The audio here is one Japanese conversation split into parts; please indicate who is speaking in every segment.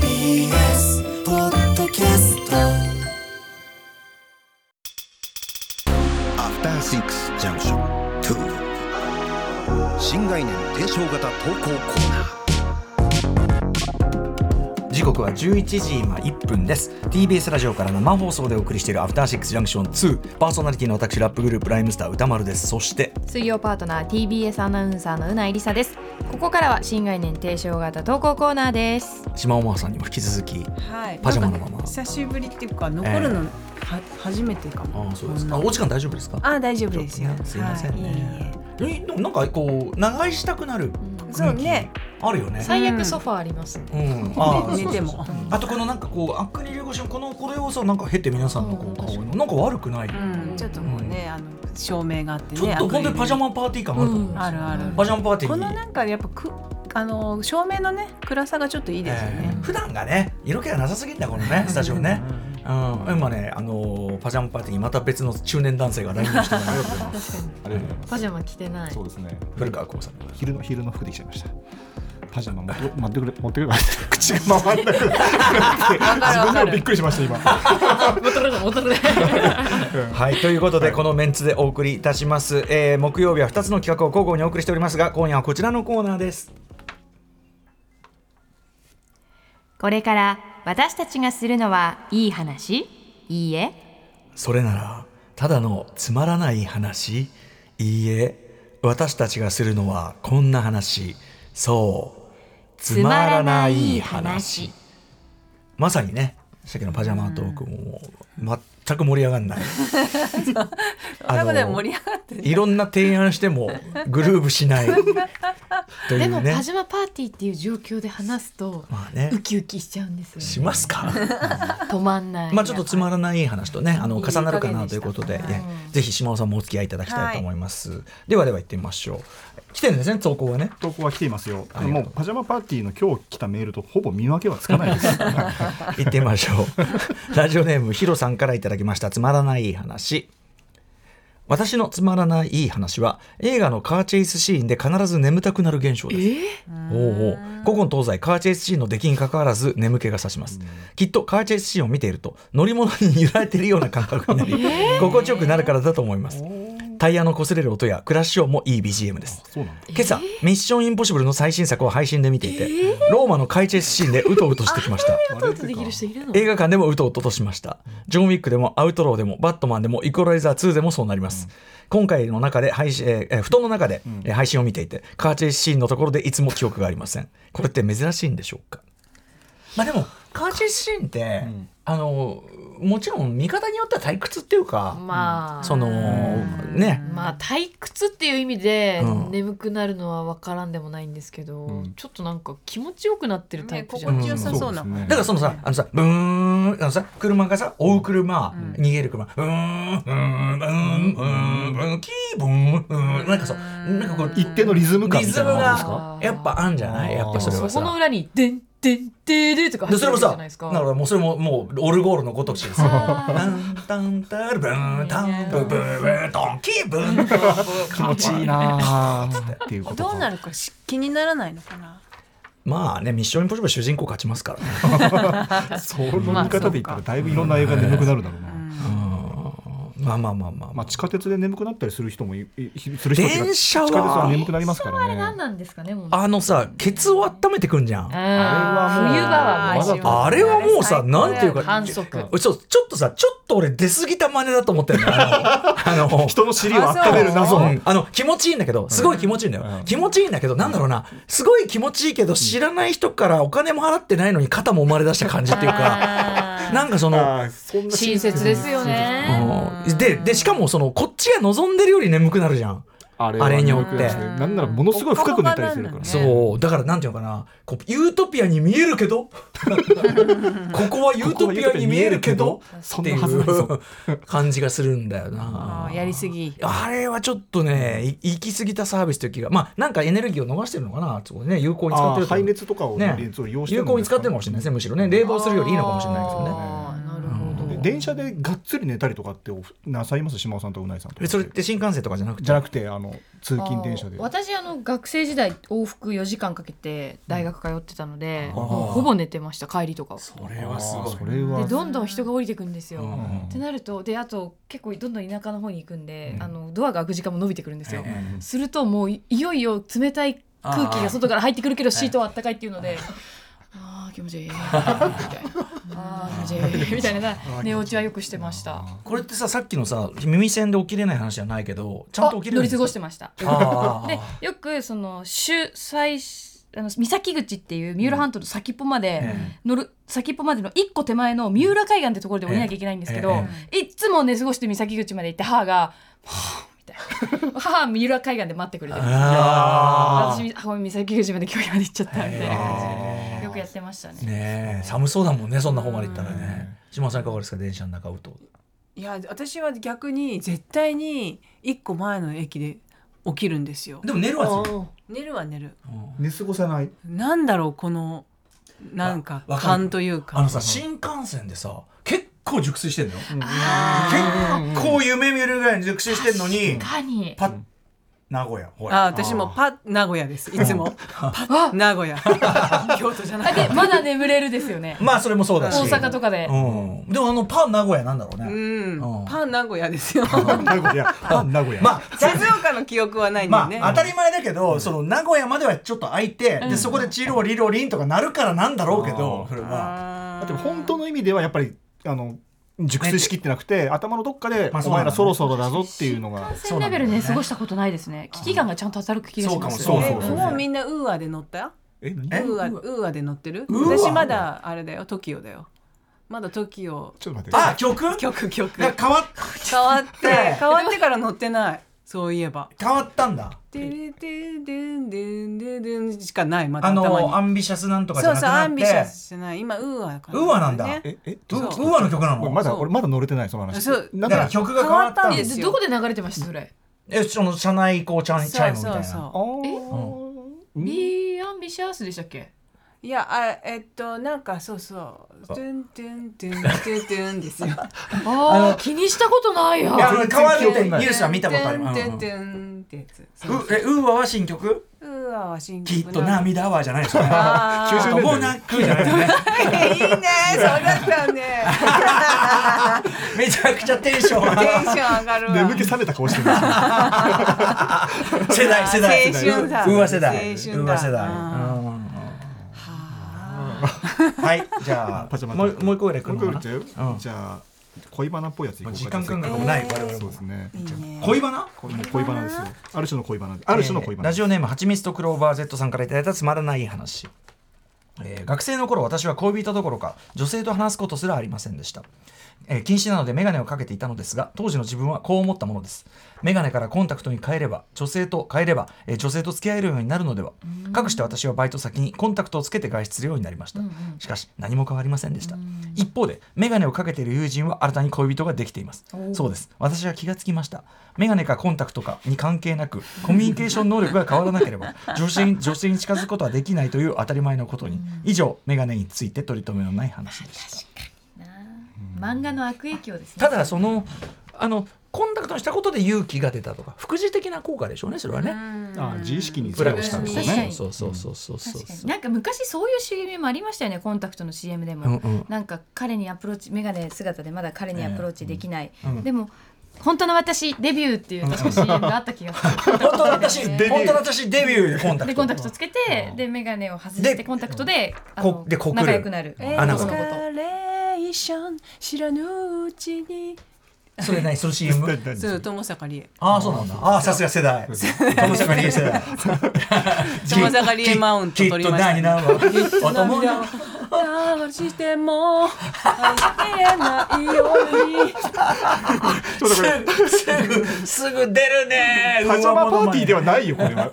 Speaker 1: TBS ポッドキャスト
Speaker 2: After Six Junction 2新概念提唱型投稿コーナー
Speaker 3: 時刻は11時今1分です TBS ラジオから生放送でお送りしているアフターシックスジャンクション2パーソナリティの私ラップグループライムスター歌丸ですそして
Speaker 4: 水曜パートナー TBS アナウンサーのうないりさですここからは新概念提唱型投稿コーナーです
Speaker 3: 島尾真帆さんにも引き続き
Speaker 5: はい、
Speaker 3: パジャマの
Speaker 5: なんか
Speaker 3: まま
Speaker 5: 久しぶりっていうか残るの、
Speaker 3: え
Speaker 5: は初めてかも
Speaker 3: あ
Speaker 5: こんな
Speaker 3: お時間大丈夫ですか
Speaker 5: あ大丈夫ですよ
Speaker 3: ちょっとねすいませんね、
Speaker 5: はいいえいえ
Speaker 3: えでもなんかこう長居したくなる
Speaker 5: そうね
Speaker 3: あるよね
Speaker 4: 最悪ソファーありますね、
Speaker 3: うんあー
Speaker 5: 寝ても
Speaker 3: あとこのなんかこうアクリル越しのこのこれをさなんか経て皆さんのこう顔のなんか悪くない、
Speaker 5: うんちょっともうね、あの照明があってね
Speaker 3: ちょっと本当にパジャ
Speaker 5: マ
Speaker 3: マパーティー感あると思う、
Speaker 5: あるある
Speaker 3: パジャマパーティー
Speaker 5: こ
Speaker 3: に
Speaker 5: のなんかやっぱくあの照明のね暗さがちょっといいですよ
Speaker 3: え
Speaker 5: ね
Speaker 3: ー、普段がね色気がなさすぎんだこのねスタジオね。うん、今ね、あのーパジャマパーティーにまた別の中年男性が来日してもらう
Speaker 6: ありがとうございます。
Speaker 4: パジャマ着てない
Speaker 6: そうですね。
Speaker 3: 古川光さん
Speaker 6: 昼の昼の服できちゃいました。パジャマ持って持ってくれ持ってくれ口が回らなくなって自分でもびっくりしまし た今。
Speaker 3: はいということで、このメンツでお送りいたします、えー木曜日は2つの企画を交互にお送りしておりますが今夜はこちらのコーナーです
Speaker 4: これから私たちがするのはいい話いいえ
Speaker 3: それならただのつまらない話いいえ私たちがするのはこんな話そうつまらない話まさにねさっきのパジャマトークももう全く盛り上 がんない
Speaker 5: そんなことで
Speaker 3: あの
Speaker 5: も盛り上がってね
Speaker 3: いろんな提案してもグルーブしないとい
Speaker 4: で
Speaker 3: う
Speaker 4: も
Speaker 3: ね
Speaker 4: パジャマパーティーっていう状況で話すと
Speaker 3: まあね
Speaker 4: ウキウキしちゃうん ですよね
Speaker 3: しますか
Speaker 4: 止まんない
Speaker 3: まあちょっとつまらない話とねあの
Speaker 5: いい
Speaker 3: 重なるかなということで
Speaker 5: いい加減でし
Speaker 3: えぜひ島尾さんもお付き合いいただきたいと思います、ではでは行ってみましょう来てるんですね投稿はね
Speaker 6: 投稿は来ていますよ。
Speaker 3: りがと
Speaker 6: も
Speaker 3: う
Speaker 6: うパジャマパーティーの今日来たメールとほぼ見分けはつかないです。
Speaker 3: 行ってみましょうラジオネームヒロさんからいただきましたつまらない話私のつまらないいい話は映画のカーチェイスシーンで必ず眠たくなる現象です、おうおう古今東西カーチェイスシーンの出来に関わらず眠気がさしますきっとカーチェイスシーンを見ていると乗り物に揺られているような感覚になり、心地よくなるからだと思いますタイヤの擦れる音やクラッシュ音もいい BGM です
Speaker 6: そうなんだ。
Speaker 3: 今朝、ミッションインポッシブルの最新作を配信で見ていて、ローマのカーチェイスシーンでうとうとしてきました
Speaker 4: アウトウッドできる人いるの
Speaker 3: 映画館でもうとうととしましたジョン・ウィックでもアウトローでもバットマンでもイコライザー2でもそうなります、今回の中で配信、えーえー布団の中でえー配信を見ていて、カーチェイスシーンのところでいつも記憶がありませんこれって珍しいんでしょうかまあでもカーチェイスシーンって、あのもちろん見方によっては退屈っていうか、
Speaker 4: まあ
Speaker 3: そのね
Speaker 4: まあ退屈っていう意味で
Speaker 3: うん
Speaker 4: 眠くなるのは分からんでもないんですけど、
Speaker 6: うん
Speaker 4: ちょっとなんか気持ちよくなってるタイプじゃ
Speaker 5: 心
Speaker 4: ない
Speaker 5: 地よさそうな、
Speaker 6: うんそうですね
Speaker 3: だからそのさ、あのさ、ブーン、あのさ、車がさ、追う車、
Speaker 5: ん
Speaker 3: 逃げる車、うーん、うーん、うーん、うーん、キーブーン、うーん、なんかそう、なんかこう、
Speaker 6: 一定のリズム感
Speaker 3: リ
Speaker 6: み
Speaker 3: ズ
Speaker 6: たい
Speaker 3: ム
Speaker 6: なのがあるんです
Speaker 3: が、
Speaker 6: か。
Speaker 3: やっぱあんじゃないやっぱそれ
Speaker 4: そ
Speaker 3: は
Speaker 4: この
Speaker 3: さ。
Speaker 4: 裏に「でんでんでーで」とか
Speaker 3: で、それもさ、
Speaker 4: 入って
Speaker 3: だ
Speaker 4: るじゃ
Speaker 3: か
Speaker 4: ないです
Speaker 3: らもうそれも、もう、オルゴールのごとくしでさ、タンタンタルブーン、タンブーブーブー、ドンキーブーン。
Speaker 6: 気持ちいいなーっていうことか。
Speaker 5: どうなるかし気にならないのかな
Speaker 3: まあね、ミッションインポッシブル主人公勝ちますからね。
Speaker 6: その見方で言ったらだいぶいろんな映画で眠くなるだろうな。
Speaker 3: まあまあまあまあ
Speaker 6: ま
Speaker 3: まあ
Speaker 6: あ。地下鉄で眠くなったりする人もいいする人っていうか
Speaker 3: 電車
Speaker 6: 地下鉄は
Speaker 3: は、
Speaker 6: 眠くなりますからね。
Speaker 4: 何なんですかねもう
Speaker 3: あのさ、ケツを温めてくんじゃん。
Speaker 4: あー冬場はもう
Speaker 6: わざと
Speaker 3: あれはもうさ、なんていうか、
Speaker 4: 反則
Speaker 3: 俺そうちょっとさちょっと俺出過ぎた真似だと思ってるのあのあの
Speaker 6: 人の尻を温める謎
Speaker 3: うんあの気持ちいいんだけどすごい気持ちいいんだよ、
Speaker 6: うん
Speaker 3: 気持ちいいんだけどなんだろうなすごい気持ちいいけど知らない人からお金も払ってないのに肩も生まれ出した感じっていうかなんかその、
Speaker 6: あーそんな
Speaker 4: 親切ですよね
Speaker 3: うんででしかもそのこっちが望んでるより眠くなるじゃん
Speaker 6: あれ
Speaker 3: あれによって
Speaker 6: なんならものすごい深く寝たりするから
Speaker 5: ね
Speaker 3: そうだからなんていうのかなこうユートピアに見えるけ どここはユートピアに見えるけど
Speaker 6: そ
Speaker 3: っ
Speaker 6: ん
Speaker 3: て
Speaker 6: ないはずないぞ
Speaker 3: う感じがするんだよな
Speaker 4: あーやりすぎ
Speaker 3: あれはちょっとねい行き過ぎたサービスという気がまあなんかエネルギーを逃してるのかなそこね有効に使っ
Speaker 6: あ
Speaker 3: て
Speaker 6: ー
Speaker 3: ると
Speaker 6: 排熱とかを
Speaker 3: ね
Speaker 6: ね利用して
Speaker 3: 有効に使ってるかもしれないですねむしろね冷房するよりいいのかもしれないですよね
Speaker 4: あーなるほど
Speaker 6: で電車でがっつり寝たりとかっておなさいます島尾さんとうないさんと
Speaker 3: えそれって新幹線とかじゃなくて
Speaker 6: じゃなくてあの通勤電車で
Speaker 4: あー私あの学生時代往復4時間かけて大学通ってたので、
Speaker 3: うん
Speaker 4: もうほぼ寝てました帰りとかは
Speaker 3: それはすごい
Speaker 6: あーそれ
Speaker 4: で
Speaker 6: は
Speaker 4: どんどん人が降りてくんですよ、
Speaker 3: うん
Speaker 4: ってなるとであと結構どんどん田舎の方に行くんで、あのドアが開く時間も伸びてくるんですよ、
Speaker 3: え
Speaker 4: するともういいよいよ冷たい空気が外から入ってくるけどシートはあったかいっていうので。あー気 持ちいいみたいなあー気持ちいいみたいな寝落ちはよくしてました
Speaker 3: これってささっきのさ耳栓で起きれない話じゃないけどちゃんと起きれ
Speaker 4: あ乗
Speaker 3: るんで
Speaker 4: り
Speaker 3: す
Speaker 4: 過
Speaker 3: か
Speaker 4: ごしてました
Speaker 3: あー
Speaker 4: でよくその主催あの三崎口っていう三浦半島の先っぽまで
Speaker 3: え
Speaker 4: 乗る、先っぽまでの一個手前の三浦海岸ってところで降りなきゃいけないんですけど、
Speaker 3: え
Speaker 4: いつも寝過ごして三崎口まで行って母が「はあ」みたいな「 母は三浦海岸で待ってくれてる」
Speaker 3: あー
Speaker 4: 私母三崎口まで今日まで行っちゃったみたいな感じ
Speaker 3: え
Speaker 4: でよくやってましたね。
Speaker 3: ねえ寒そうだもんねそんな方まで行ったらね島田さんいかがですか電車の中をと
Speaker 5: いや私は逆に絶対に一個前の駅で起きるんですよ
Speaker 3: でも寝るはずよ
Speaker 5: 寝るは寝る
Speaker 3: うん
Speaker 6: 寝過ごさない
Speaker 5: なんだろうこのなんか
Speaker 3: わわかる
Speaker 5: 勘というか
Speaker 3: あのさ新幹線でさ結構熟睡してんのよ
Speaker 5: あ
Speaker 3: 結構夢見るぐらいに熟睡してんのに
Speaker 4: 確かに
Speaker 3: パッ名古屋ほ
Speaker 5: あ
Speaker 3: ら
Speaker 5: 私もパ名古屋ですいつ もパ名古屋京都じゃな
Speaker 4: あ
Speaker 5: い
Speaker 4: でまだ眠れるですよね
Speaker 3: まあそれもそうだし
Speaker 4: 大阪とかで、
Speaker 3: うんでもあのパン名古屋なんだろう
Speaker 5: う
Speaker 3: ねうん
Speaker 5: んパ名古屋ですよ
Speaker 6: 名古屋あ名古屋
Speaker 3: まあ
Speaker 5: 静岡の記憶はないんだよ
Speaker 3: ま
Speaker 5: ね
Speaker 3: あ当たり前だけどその名古屋まではちょっと空いてでそこでチロリロリンとかなるからなんだろうけど
Speaker 6: あ
Speaker 3: そ
Speaker 6: ー
Speaker 3: れは
Speaker 6: だって本当の意味ではやっぱりあの熟睡しきってなくて頭のどっかで
Speaker 3: まあそ
Speaker 6: お
Speaker 3: うなんだ
Speaker 6: 前ら
Speaker 3: ね
Speaker 6: そろそろだぞっていうのが
Speaker 4: 千レベルね過ごしたことないですね危機感がちゃんと働く気がします
Speaker 3: そうかも
Speaker 5: え
Speaker 3: そう
Speaker 5: もうみんなウーアで乗った
Speaker 6: え何
Speaker 3: え
Speaker 5: ウーアウーアで乗ってる
Speaker 3: ウーア
Speaker 5: 私まだあれだよ TOKIO だよまだ TOKIO
Speaker 6: ちょっと待って
Speaker 3: あ曲
Speaker 5: 曲曲
Speaker 3: が変わっ
Speaker 5: 変わって変わってから乗ってないそういえば
Speaker 3: 変わったんだ
Speaker 5: 「でるでんでんでんでんでん」しかないまだ
Speaker 3: あ
Speaker 5: 頭に
Speaker 3: のアンビシャスなんとかじ
Speaker 5: そ
Speaker 3: ゃ
Speaker 5: う
Speaker 3: なく
Speaker 5: そう
Speaker 3: な
Speaker 5: ア
Speaker 3: っ
Speaker 5: ンビシャ
Speaker 3: て
Speaker 5: スじゃない今ウーアか
Speaker 3: ウーアなんだ
Speaker 5: ね
Speaker 6: ええ
Speaker 3: ウ
Speaker 6: どう
Speaker 5: そう
Speaker 3: ウーアの曲な
Speaker 6: これ
Speaker 3: の
Speaker 6: まだ
Speaker 5: そう
Speaker 6: 俺まだ乗れてないその話
Speaker 5: そう
Speaker 6: なん
Speaker 3: だか
Speaker 6: から
Speaker 3: 曲が変わったん
Speaker 5: 変わったん
Speaker 3: です
Speaker 5: です
Speaker 4: え
Speaker 5: よ
Speaker 4: どこで流れてましたそれ
Speaker 3: えその車内こうチャンチ
Speaker 5: そ
Speaker 3: ャイ
Speaker 5: う
Speaker 3: ムみた
Speaker 5: そう
Speaker 3: いな
Speaker 5: そ
Speaker 6: あーうん
Speaker 4: ビーアンビシャースでしたっけ
Speaker 5: ういやあえっとなんかそうそう「トゥントゥントゥントゥントゥン」ですよ
Speaker 4: ああ気にしたことないや
Speaker 3: いやあの変わるって
Speaker 6: 全然記憶ない
Speaker 3: ニュースは見たことある
Speaker 5: ト
Speaker 3: う
Speaker 5: ゥ
Speaker 3: ん
Speaker 5: ン
Speaker 3: うんう
Speaker 5: トゥント
Speaker 3: え
Speaker 5: ゥンってやつそう
Speaker 3: ウーアは新曲
Speaker 5: ウーアは新
Speaker 3: きっ
Speaker 5: 曲
Speaker 3: と涙はじゃないですよね
Speaker 5: あー
Speaker 6: 90年代
Speaker 3: もうなくじゃないよ
Speaker 5: い
Speaker 3: ね
Speaker 5: いねそうだったね
Speaker 3: めちゃくちゃテンション上がる
Speaker 5: テンション上がるわ
Speaker 6: 眠気覚めた顔してます
Speaker 3: 世代世代
Speaker 5: 青春だ
Speaker 3: ウーア世代
Speaker 5: 青
Speaker 3: ウ
Speaker 5: 春だ
Speaker 3: ーア世代
Speaker 5: あ
Speaker 3: うんうんうんはいじ ゃ
Speaker 6: パジャ
Speaker 3: あ
Speaker 6: マ
Speaker 3: もう もう一個ぐらい来る
Speaker 6: もう一個
Speaker 3: の
Speaker 6: 言っ
Speaker 3: か
Speaker 6: ちゃう
Speaker 3: なうん
Speaker 6: じゃあ恋バナっぽいやついこうか
Speaker 3: 時間感覚もない我々
Speaker 6: そう
Speaker 3: も
Speaker 6: ですね
Speaker 5: いいね
Speaker 3: 恋バナ
Speaker 6: これもう恋バナですよある種の恋バナある種の恋バナ
Speaker 3: えーラジオネームはちみつとクローバー Z さんからいただいたつまらない話、えー学生の頃私は恋人どころか女性と話すことすらありませんでした、えー禁止なので眼鏡をかけていたのですが当時の自分はこう思ったものです眼鏡からコンタクトに変えれば女性と変えれば、えー女性と付き合えるようになるのではかくして私はバイト先にコンタクトをつけて外出するようになりました、しかし何も変わりませんでした、一方で眼鏡をかけている友人は新たに恋人ができていますそうです私は気がつきました眼鏡かコンタクトかに関係なくコミュニケーション能力が変わらなけれ ば女性に女性に近づくことはできないという当たり前のことに以上眼鏡について取り留めのない話でした
Speaker 4: 漫画の悪影響ですね
Speaker 3: ただそのあのコンタクトにしたことで勇気が出たとか副次的な効果でしょうねそれはね
Speaker 6: あ自意識に
Speaker 3: ブラをしたん
Speaker 6: ん
Speaker 3: で
Speaker 6: です
Speaker 3: よ
Speaker 6: す
Speaker 4: 確か
Speaker 3: ね
Speaker 4: に
Speaker 3: そうそうそうそうそう
Speaker 4: 確かになんか昔そういう CM もありましたよねコンタクトの CM でも、
Speaker 3: うんうん
Speaker 4: なんか彼にアプローチ眼鏡姿でまだ彼にアプローチできない、
Speaker 3: えうん
Speaker 4: でも本当の私デビューっていう確か CM があった気がする
Speaker 3: 本当の私
Speaker 4: ね
Speaker 3: デビュー本当の私デビューでコンタ
Speaker 4: で
Speaker 3: ク
Speaker 4: コン
Speaker 3: ト
Speaker 4: タクトつけてで眼鏡を外し
Speaker 3: で
Speaker 4: てコンタクトであ
Speaker 3: こ
Speaker 4: の
Speaker 3: でこう来る
Speaker 4: 仲良くなる
Speaker 3: あなんか
Speaker 4: 男の子と
Speaker 5: エスカレーション知らぬうちに
Speaker 3: それ何その CM
Speaker 6: 何
Speaker 5: そう友坂理恵
Speaker 3: ああそうなんだああさすが世代友坂理恵世代
Speaker 5: 友坂理恵マウント取りました
Speaker 3: きっと何なのお友
Speaker 5: 友
Speaker 3: よ
Speaker 5: よ流しても愛してないように
Speaker 6: ちょっとこれ
Speaker 3: すぐ出るね
Speaker 6: パジャマパーティーで
Speaker 3: は
Speaker 6: はないよこれは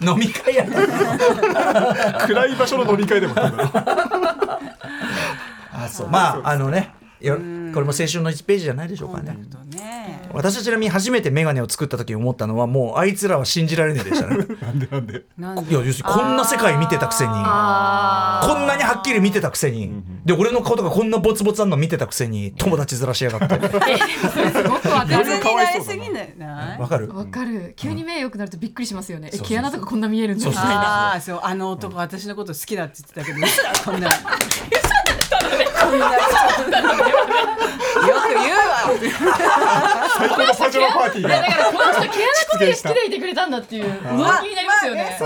Speaker 3: 飲み会やな
Speaker 6: 暗い場所の飲み会でもない
Speaker 3: あそうまああのねよこれも青春の1ページじゃないでしょうかね
Speaker 5: ね
Speaker 3: 私はちなみに初めて眼鏡を作った時思ったのはもうあいつらは信じられないでしたね
Speaker 6: なんでなんで
Speaker 5: なん
Speaker 3: いや要するにこんな世界見てたくせにこんなにはっきり見てたくせにで俺の顔とかこんなボツボツあんの見てたくせに友達ずらしやがって
Speaker 4: すごくわか
Speaker 5: 別
Speaker 4: る。
Speaker 5: になりすぎないな
Speaker 3: わかる
Speaker 4: わかる。急に目良くなるとびっくりしますよね。
Speaker 3: そ
Speaker 4: え、
Speaker 3: うそう
Speaker 4: 毛穴とかこんな見えるんだみたいな。
Speaker 5: ああそうあの男私のこと好きだって言ってたけど嘘だ こんな嘘だったのねこんな嘘だよく言うわ
Speaker 6: 最高のパジャマパーティー
Speaker 4: いやだ
Speaker 6: が
Speaker 4: からこの人毛穴込みで好きでいてくれたんだっていう動機になりますよね。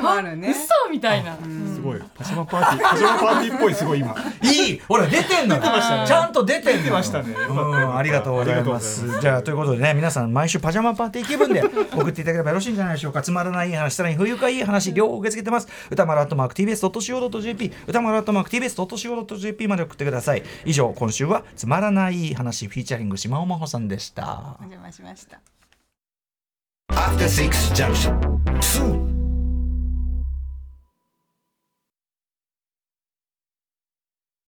Speaker 5: まあまあねそういうのもあるね
Speaker 4: 嘘みたいな。
Speaker 6: すごいパジャマパーティーパジャマパーティーっぽいすごい今
Speaker 3: いいほら出てんのよちゃんと出てんのよ
Speaker 6: 出てましたねよかった
Speaker 3: うんありがとうございます。じゃあということでね皆さん毎週パジャマパーティー気 分で送っていただければよろしいんじゃないでしょうか。つまらない話さらに不愉快いい話両方受け付けてます。歌丸アットマーク TBS ドット CO ドット JP 歌丸アットマーク TBS ドット CO ドット JP まで送ってください。以上今週はつまらない話フィーチャリング島尾真帆さんでした
Speaker 5: お。邪魔しました
Speaker 2: アフターシックスジャンクション2